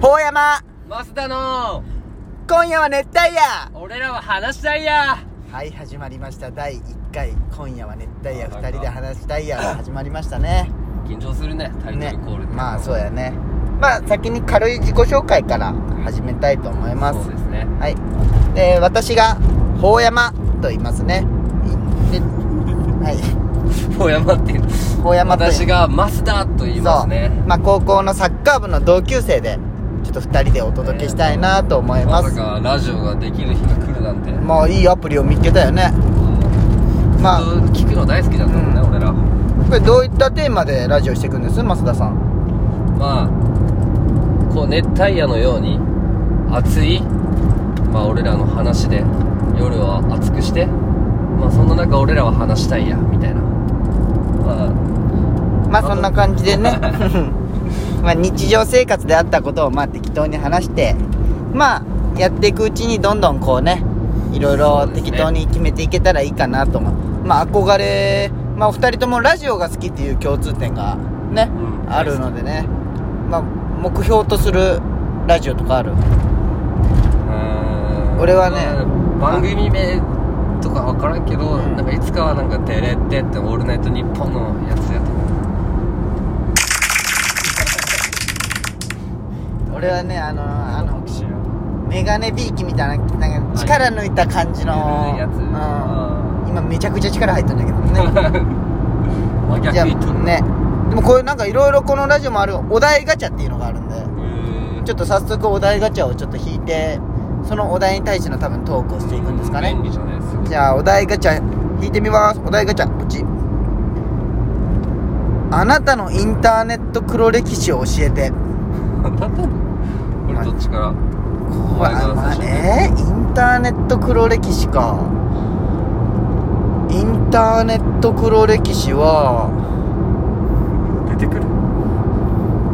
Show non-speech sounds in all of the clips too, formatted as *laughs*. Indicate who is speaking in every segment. Speaker 1: ほうやま
Speaker 2: マスダの
Speaker 1: 今夜は熱帯夜
Speaker 2: 俺らは話したいや
Speaker 1: はい始まりました第1回「今夜は熱帯夜
Speaker 2: あなんか
Speaker 1: 2人で話したいや」
Speaker 2: *clears throat*
Speaker 1: が始まりましたね
Speaker 2: 緊張するねタイト
Speaker 1: ね
Speaker 2: ルコールって
Speaker 1: まあそうやねまあ先に軽い自己紹介から始めたいと思います
Speaker 2: そうですね
Speaker 1: はいで私がほうやまと言いますねいではい
Speaker 2: 大山っていう
Speaker 1: ほうやまと言い
Speaker 2: 私がマスダと言いますね
Speaker 1: そうまあ高校のサッカー部の同級生でちょっと2人でお届けしたいなと思いま、
Speaker 2: ますさかラジオができる日が来るなんて
Speaker 1: まあいいアプリを見つけたよねまあ
Speaker 2: ずっと聞くの大好きだったもんね、
Speaker 1: うん
Speaker 2: 俺ら
Speaker 1: これどういったテーマでラジオしていくんです増田さん
Speaker 2: まあこう熱帯夜のように暑いまあ俺らの話で夜は暑くしてまあそんな中俺らは話したいやみたいなまあ
Speaker 1: まあ
Speaker 2: あと
Speaker 1: そんな感じでね *laughs* まあ日常生活であったことをまあ適当に話してまあやっていくうちにどんどんこうねいろいろ
Speaker 2: そうですね
Speaker 1: 適当に決めていけたらいいかなと思うまあ憧れまあお二人ともラジオが好きっていう共通点がね、
Speaker 2: うん
Speaker 1: あるのでねまあ目標とするラジオとかある俺
Speaker 2: 俺
Speaker 1: はね
Speaker 2: 番組名とか分からんけど、
Speaker 1: うん
Speaker 2: なんかいつかはなんか「テレって」って「オールナイトニッポン」のやつやと思う
Speaker 1: 俺はねあのあ
Speaker 2: *laughs*
Speaker 1: の
Speaker 2: 知
Speaker 1: メガネビーキみたいななんか力抜いた感じの
Speaker 2: 緩いやつ
Speaker 1: うん
Speaker 2: あ
Speaker 1: 今めちゃくちゃ力入ったんだけどね
Speaker 2: 真 *laughs* 逆
Speaker 1: じゃあ
Speaker 2: 言っとる
Speaker 1: ねでもこういうなんかいろいろこのラジオもあるお題ガチャっていうのがあるんで
Speaker 2: へー
Speaker 1: ちょっと早速お題ガチャをちょっと引いてそのお題に対しての多分トークをしていくんですかね
Speaker 2: 便利じゃないですか
Speaker 1: じゃあお題ガチャ引いてみますお題ガチャこっちあなたのインターネット黒歴史を教えて
Speaker 2: 何だったのこれどっちから
Speaker 1: うわまあえー、インターネット黒歴史かインターネット黒歴史は
Speaker 2: 出てくる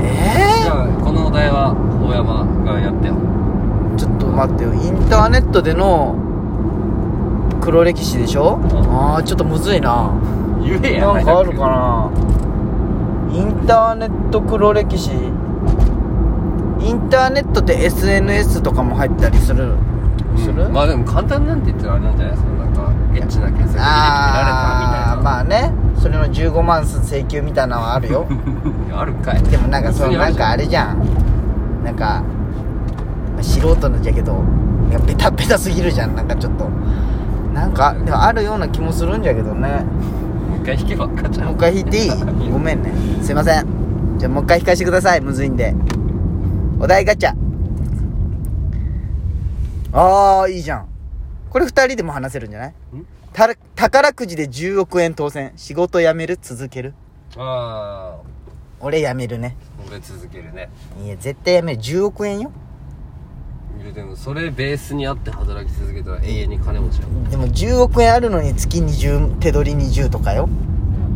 Speaker 2: じ
Speaker 1: え
Speaker 2: ゃあこのお題は大山がやってよ
Speaker 1: ー、ちょっと待ってよインターネットでの黒歴史でしょああちょっとむずいな
Speaker 2: 言えや
Speaker 1: なんかあるかなインターネット黒歴史インターネットって SNS とかも入ったりするする、
Speaker 2: うんまあでも簡単なんて言ったらあれなんじゃないですかなんかエッチな検索で見られたみ
Speaker 1: あ
Speaker 2: たいな
Speaker 1: あまあねそれの15万請求みたいなのはある
Speaker 2: *laughs*
Speaker 1: よ
Speaker 2: あるかい
Speaker 1: でもなんかその
Speaker 2: 普通にあ
Speaker 1: な
Speaker 2: る
Speaker 1: ん
Speaker 2: じ
Speaker 1: か
Speaker 2: ゃ
Speaker 1: あれじゃんなんかまあ素人のじゃけどなんかベタベタすぎるじゃんなんかちょっとなんかでもあるような気もするんじゃけどね
Speaker 2: もう一回弾けば赤ちゃん
Speaker 1: もう一回引いていい
Speaker 2: *laughs*
Speaker 1: ごめんねすいませんじゃあもう一回引かしてくださいむずいんでお題ガチャああいいじゃんこれ二人でも話せるんじゃないたら宝くじで10億円当選仕事辞める続ける
Speaker 2: ああ
Speaker 1: 俺辞めるね
Speaker 2: 俺続けるね
Speaker 1: いや絶対辞める10億円よ
Speaker 2: いやでもそれベースにあって働き続けたら永遠に金持ちや
Speaker 1: でも10億円あるのに月20手取り20とかよ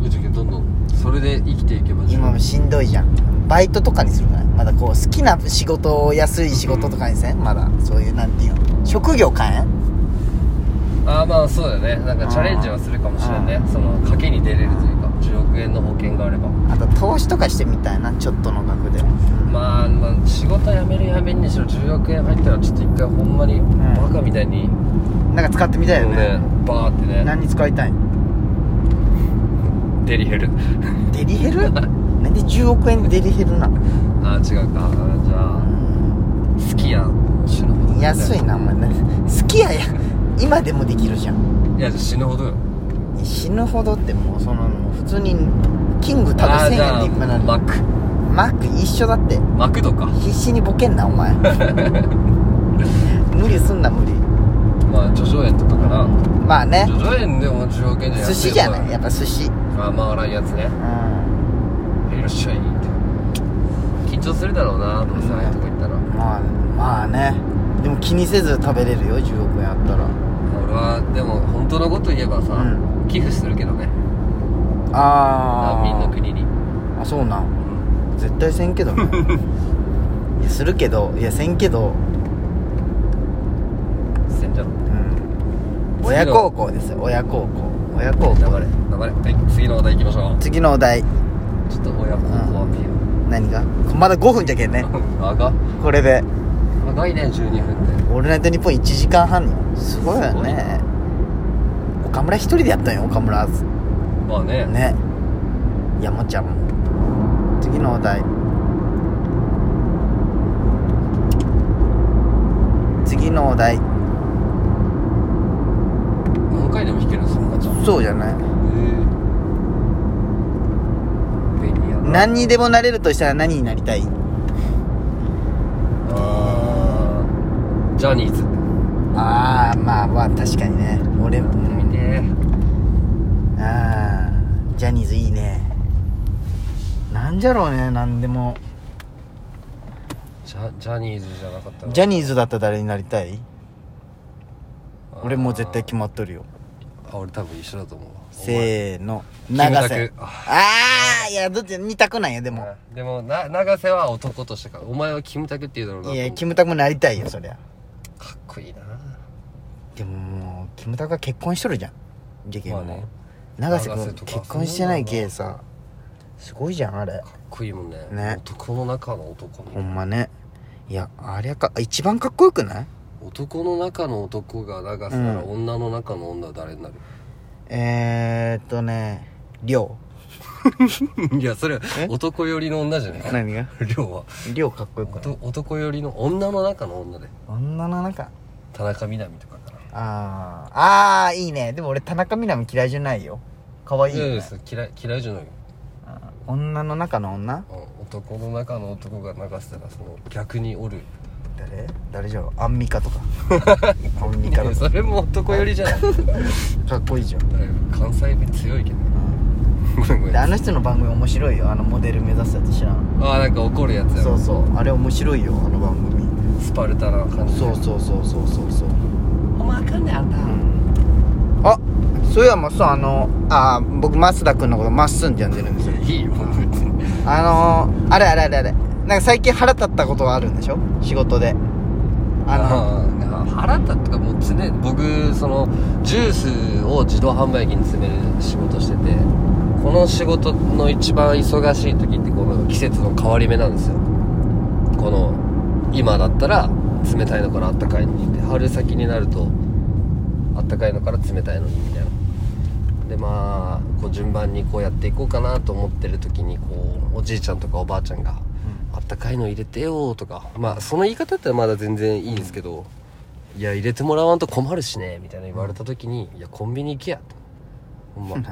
Speaker 2: ぶっちゃけどんどんそれで生きていけば
Speaker 1: 今もしんどいじゃんバイトとかにするからまだこう好きな仕事を安い仕事とかにせんまだそういうなんていうの職業変えん
Speaker 2: ああまあそうだよねなんかチャレンジはするかもしれんねその賭けに出れるというか10億円の保険があれば
Speaker 1: あと投資とかしてみたいなちょっとの額で
Speaker 2: まあ、まあ、仕事辞める辞めるにしろ10億円入ったらちょっと一回ほんまに
Speaker 1: ん
Speaker 2: バカみたいに、
Speaker 1: なんか使ってみたいよ
Speaker 2: もう
Speaker 1: ね
Speaker 2: ねバーってね
Speaker 1: 何に使いたい
Speaker 2: デリヘル
Speaker 1: デリヘルなんで10億円デリヘルなの
Speaker 2: ああ違うかじゃあ好きや死ぬほど
Speaker 1: 安いなお前ね好きやや今でもできるじゃん
Speaker 2: いや死ぬほどよ
Speaker 1: 死ぬほどってもうその普通にキング食べ
Speaker 2: あー
Speaker 1: 1000
Speaker 2: じゃ
Speaker 1: 円
Speaker 2: あ
Speaker 1: でいっぱいなる
Speaker 2: マック
Speaker 1: マック一緒だって
Speaker 2: マクドか
Speaker 1: 必死にボケんなお前無理すんな無理
Speaker 2: まあ叙々苑とかかな
Speaker 1: まあね
Speaker 2: 叙々苑でも10億円じゃ安
Speaker 1: 寿
Speaker 2: い
Speaker 1: 司じゃないやっぱ寿司
Speaker 2: まあまあ荒いやつね
Speaker 1: うん
Speaker 2: いらっしゃいって緊張するだろうなどうせああいうとこ行ったら
Speaker 1: まあまあねでも気にせず食べれるよ10億円あったら
Speaker 2: 俺はでも本当のこと言えばさ、
Speaker 1: う
Speaker 2: 寄付するけどね
Speaker 1: ああ
Speaker 2: 難民の国に、
Speaker 1: あそうなん
Speaker 2: うん
Speaker 1: 絶対せんけ *laughs* どねいやするけどいやせんけど
Speaker 2: せんじゃろ
Speaker 1: うん親孝行ですよ親孝行親孝
Speaker 2: 流れ
Speaker 1: 行
Speaker 2: 流れはい次の話題行きましょう
Speaker 1: 次のお題
Speaker 2: ちょっと親孝行アピール
Speaker 1: 何がまだ5分じゃけんね
Speaker 2: *laughs* 長
Speaker 1: これで
Speaker 2: 長いね12分っ
Speaker 1: 「オールナイトニッポン」1時間半よすごいよね岡村一人でやったんよ岡村
Speaker 2: てまあね
Speaker 1: ね山ちゃんも次のお題次のお題
Speaker 2: 何回でも弾けるんですよなちゃんへ
Speaker 1: そうじゃない
Speaker 2: え便利やな
Speaker 1: 何にでもなれるとしたら何になりたい
Speaker 2: あージャニーズ
Speaker 1: ああまあまあ確かにね俺も
Speaker 2: 見て
Speaker 1: ああジャニーズいいねなんじゃろうね何でも
Speaker 2: ジャジャニーズじゃなかった
Speaker 1: ジャ
Speaker 2: ニ
Speaker 1: ニーズだったら誰になりたい俺もう絶対決まっとるよ
Speaker 2: あ俺多分一緒だと思うわ
Speaker 1: せーの
Speaker 2: キムタク
Speaker 1: 長瀬ああいやどっち見たくないよで
Speaker 2: お前
Speaker 1: も
Speaker 2: でもな長瀬は男としてかお前はキムタクっていうだろうない
Speaker 1: やキ
Speaker 2: ム
Speaker 1: ムタクもなりたいよそりゃ
Speaker 2: かっこいいな
Speaker 1: でももうキムタクが結婚しとるじゃんじゃけんもう、
Speaker 2: まあね
Speaker 1: 永瀬
Speaker 2: 永瀬
Speaker 1: 君
Speaker 2: とか
Speaker 1: 結婚してないけさすごいじゃんあれ
Speaker 2: かっこいいもんね
Speaker 1: ね
Speaker 2: 男の中の男みた
Speaker 1: ほ
Speaker 2: いなん
Speaker 1: まねいやあれか一番かっこよくない
Speaker 2: 男の中の男が長瀬なら女の中の女は誰になる、 *laughs*
Speaker 1: えー、っとねりょ
Speaker 2: いやそれ男寄りの女じゃないう
Speaker 1: 何が
Speaker 2: *laughs* 量は
Speaker 1: りょうかっこよくない
Speaker 2: 男男寄りの女の中の女で
Speaker 1: 女の中
Speaker 2: 田中みな実とかかな
Speaker 1: あーあーいいねでも俺田中みな実嫌いじゃないよ可愛いよ、
Speaker 2: や
Speaker 1: ね
Speaker 2: やそれ嫌い嫌いじゃないよ、
Speaker 1: あー女の中の女
Speaker 2: うん、男の中の男が流せたらその逆におる
Speaker 1: 誰誰じゃろうアンミカと *laughs* かアンミカ
Speaker 2: いや
Speaker 1: と
Speaker 2: *laughs* それも男寄りじゃ
Speaker 1: *laughs*
Speaker 2: ないだいぶ
Speaker 1: かかっこいいじゃん
Speaker 2: 関西弁強
Speaker 1: *laughs*
Speaker 2: いけどごめんごめん
Speaker 1: であ
Speaker 2: あ
Speaker 1: の人の番組面白いよあのモデル目指すやつ知らん
Speaker 2: あなんか怒るやつや
Speaker 1: そうそうあれ面白いよあの番組
Speaker 2: スパルタな感じ
Speaker 1: そうそうそうそうそうそう
Speaker 2: お前あかんねあんた
Speaker 1: あそういやもうそうあのあー僕増田君のことまっすんって呼んでるんですよ
Speaker 2: いいよ *laughs* 別に
Speaker 1: あのー、あれあれあれあれなんか最近腹立ったことがあるんでしょ仕事であの
Speaker 2: あ腹立ったかもう常に僕そのジュースを自動販売機に詰める仕事しててこの仕事の一番忙しい時ってこの季節の変わり目なんですよこの今だったら冷たいのからあったかいのにで春先になるとあったかいのから冷たいのにみたいなでまあこう順番にこうやっていこうかなと思ってる時にこうおじいちゃんとかおばあちゃんが「あったかいの入れてよ」とかまあその言い方だったらまだ全然いいんですけど「いや入れてもらわんと困るしね」みたいな言われた時に「いやコンビニ行けや」とほ *laughs* んま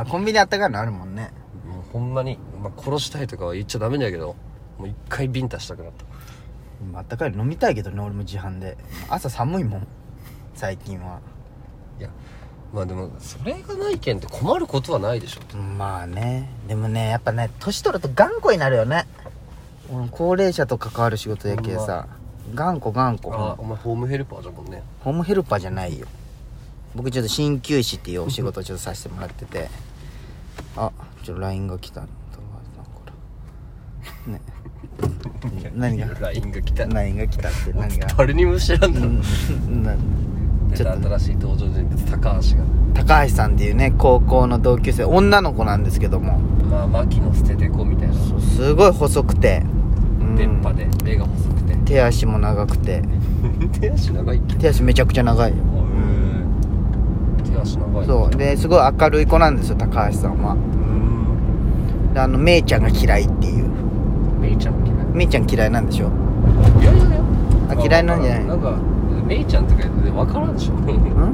Speaker 1: あコンビニあったかいのあるもんね
Speaker 2: もうほんまに、まあ、殺したいとかは言っちゃダメだけどもう一回ビンタしたくなった
Speaker 1: あったかいの飲みたいけどね俺も自販で朝寒いもん最近はい
Speaker 2: やまあでもそれがないけんって困ることはないでしょ
Speaker 1: まあねでもねやっぱね年取ると頑固になるよね俺高齢者と関わる仕事やけさ頑固頑固
Speaker 2: あお前ホームヘルパーじゃもんね
Speaker 1: ホームヘルパーじゃないよ僕ちょっと鍼灸師っていうお仕事をちょっとさせてもらっててあちょっと LINE が来たね *laughs* 何が
Speaker 2: LINE が来た
Speaker 1: LINE が来たって何 *laughs* が
Speaker 2: 誰にも知らんだろ
Speaker 1: うんなち
Speaker 2: ち
Speaker 1: ょ
Speaker 2: ょ
Speaker 1: っ
Speaker 2: っ
Speaker 1: と
Speaker 2: と新しい登場人物高橋が
Speaker 1: 高橋さんっていうね高校の同級生女の子なんですけども
Speaker 2: まあ牧野捨ててこみたいな
Speaker 1: すごい細くて、うん
Speaker 2: 出っ歯で目が細くて
Speaker 1: 手足も長くて
Speaker 2: 手足長いっ
Speaker 1: *laughs*
Speaker 2: け
Speaker 1: 手足めちゃくちゃ長いよ
Speaker 2: 手足長い
Speaker 1: そうですごい明るい子なんですよ高橋さんは
Speaker 2: うん
Speaker 1: であのめいちゃんが嫌いっていう
Speaker 2: メイちゃんも
Speaker 1: めいちゃん嫌いなんでしょ
Speaker 2: 嫌い嫌いだよ
Speaker 1: あ嫌いなんじゃない
Speaker 2: なんかメイちゃんとか言って分からんでしょ
Speaker 1: う
Speaker 2: で
Speaker 1: んうん
Speaker 2: は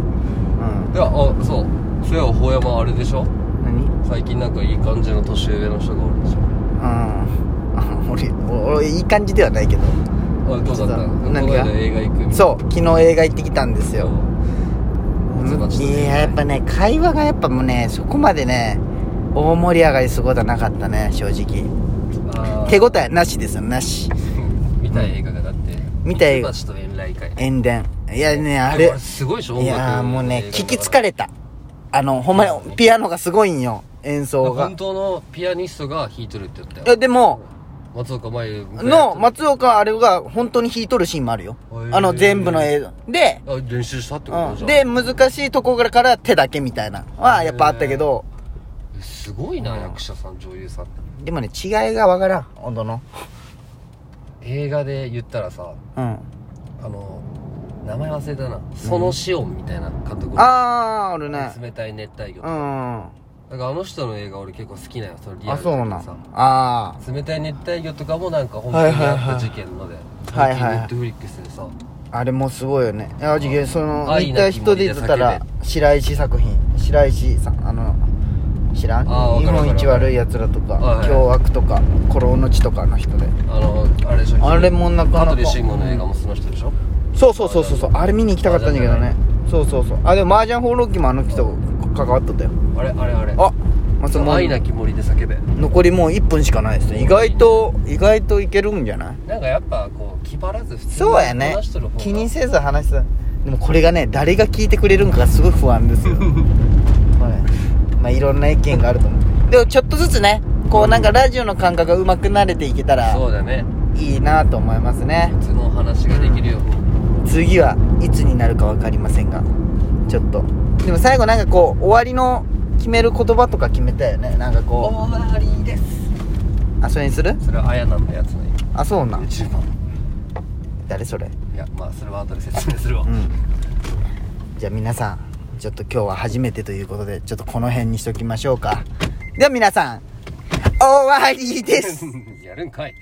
Speaker 2: あそうそういえば大山あれでしょ
Speaker 1: 何
Speaker 2: 最近なんかいい感じの年上の人がおるでしょ
Speaker 1: うん *laughs* 俺俺俺いい感じではないけど
Speaker 2: あどうだった
Speaker 1: そう何が
Speaker 2: この間映画行くみたいな
Speaker 1: そう昨日映画行ってきたんですよ
Speaker 2: ズバチと
Speaker 1: いややっぱね会話がやっぱもうねそこまでね大盛り上がりすることはなかったね正直
Speaker 2: あー
Speaker 1: 手応えなしですよなし
Speaker 2: *laughs* 見た映画がだって
Speaker 1: 見た映画
Speaker 2: ミツバチと遠来会
Speaker 1: 塩田いやねあれ
Speaker 2: すごいでしょ
Speaker 1: いやーもうね聞き疲
Speaker 2: れ
Speaker 1: れたあのほんまにピアノがすごいんよ演奏が
Speaker 2: 本当のピアニストが弾いとるって言っ
Speaker 1: い
Speaker 2: た
Speaker 1: や
Speaker 2: よ
Speaker 1: でも
Speaker 2: 松岡茉優
Speaker 1: の松岡あれが本当に弾いとるシーンもあるよ
Speaker 2: へー
Speaker 1: あの全部の映像で
Speaker 2: あ練習したってこと
Speaker 1: う
Speaker 2: じ
Speaker 1: ん
Speaker 2: ゃん
Speaker 1: で難しいところから手だけみたいなのはやっぱあったけど
Speaker 2: すごいな
Speaker 1: うん
Speaker 2: 役者さん女優さんって
Speaker 1: ででもね違いがわからん温度の
Speaker 2: 映画で言ったらさ
Speaker 1: うん
Speaker 2: あの名前忘れたなそのシオンみたいな監督、
Speaker 1: ああーおるね
Speaker 2: 冷たい熱帯魚、
Speaker 1: う
Speaker 2: だ
Speaker 1: ん
Speaker 2: からあの人の映画俺結構好きなよそれリア
Speaker 1: あ
Speaker 2: ル
Speaker 1: そうなん
Speaker 2: さ
Speaker 1: あ
Speaker 2: 冷たい熱帯魚とかもなんか本当にあった事件ので
Speaker 1: はいはいはい
Speaker 2: ネットフリックスでさ
Speaker 1: ああれもすごいよねいやじけその
Speaker 2: 愛
Speaker 1: 似
Speaker 2: な
Speaker 1: た
Speaker 2: き
Speaker 1: 人で言ったら
Speaker 2: 森で
Speaker 1: 白石作品白石さんあの知らん
Speaker 2: あーわ
Speaker 1: 日
Speaker 2: かるわかる
Speaker 1: 本一悪いやつらと
Speaker 2: はい
Speaker 1: か
Speaker 2: はい
Speaker 1: 凶悪とか孤老の地とかの人で
Speaker 2: あのあれでしょ
Speaker 1: あれもなかなか
Speaker 2: 香取慎吾の映画もその人でしょ
Speaker 1: そうそうそうそうそうあれ見に行きたかったんだけどねそうそうそうあでも麻雀放浪記もあの人関わっとったよ
Speaker 2: あれあれあれ
Speaker 1: あま
Speaker 2: そ
Speaker 1: ず
Speaker 2: の
Speaker 1: もう
Speaker 2: 愛なき森で叫べ
Speaker 1: 残りもう1分しかないですね意外と意外といけるんじゃない
Speaker 2: なんかやっぱこう気張らず普通に
Speaker 1: そうやね
Speaker 2: 話しとる方が
Speaker 1: 気にせず話すでもこれがね誰が聞いてくれるんかがすごい不安
Speaker 2: *laughs*
Speaker 1: ですよこれまあいろんな意見があると思うでもちょっとずつねこうなんかラジオの感覚がうまくなれていけたら
Speaker 2: そうだね
Speaker 1: いいなと思いますね
Speaker 2: 普通のお話ができるように
Speaker 1: 次はいつになるか分かりませんがちょっとでも最後なんかこう終わりの決める言葉とか決めたよねなんかこ
Speaker 2: わりです
Speaker 1: うあそれにする
Speaker 2: それはあやなんのやつの
Speaker 1: あそうな
Speaker 2: YouTube 番
Speaker 1: 誰それ
Speaker 2: いやまあそれは後で説明するわ、
Speaker 1: うんじゃあ皆さんちょっと今日は初めてということでちょっとこの辺にしときましょうかでは皆さん終わりです
Speaker 2: *laughs* やるんかい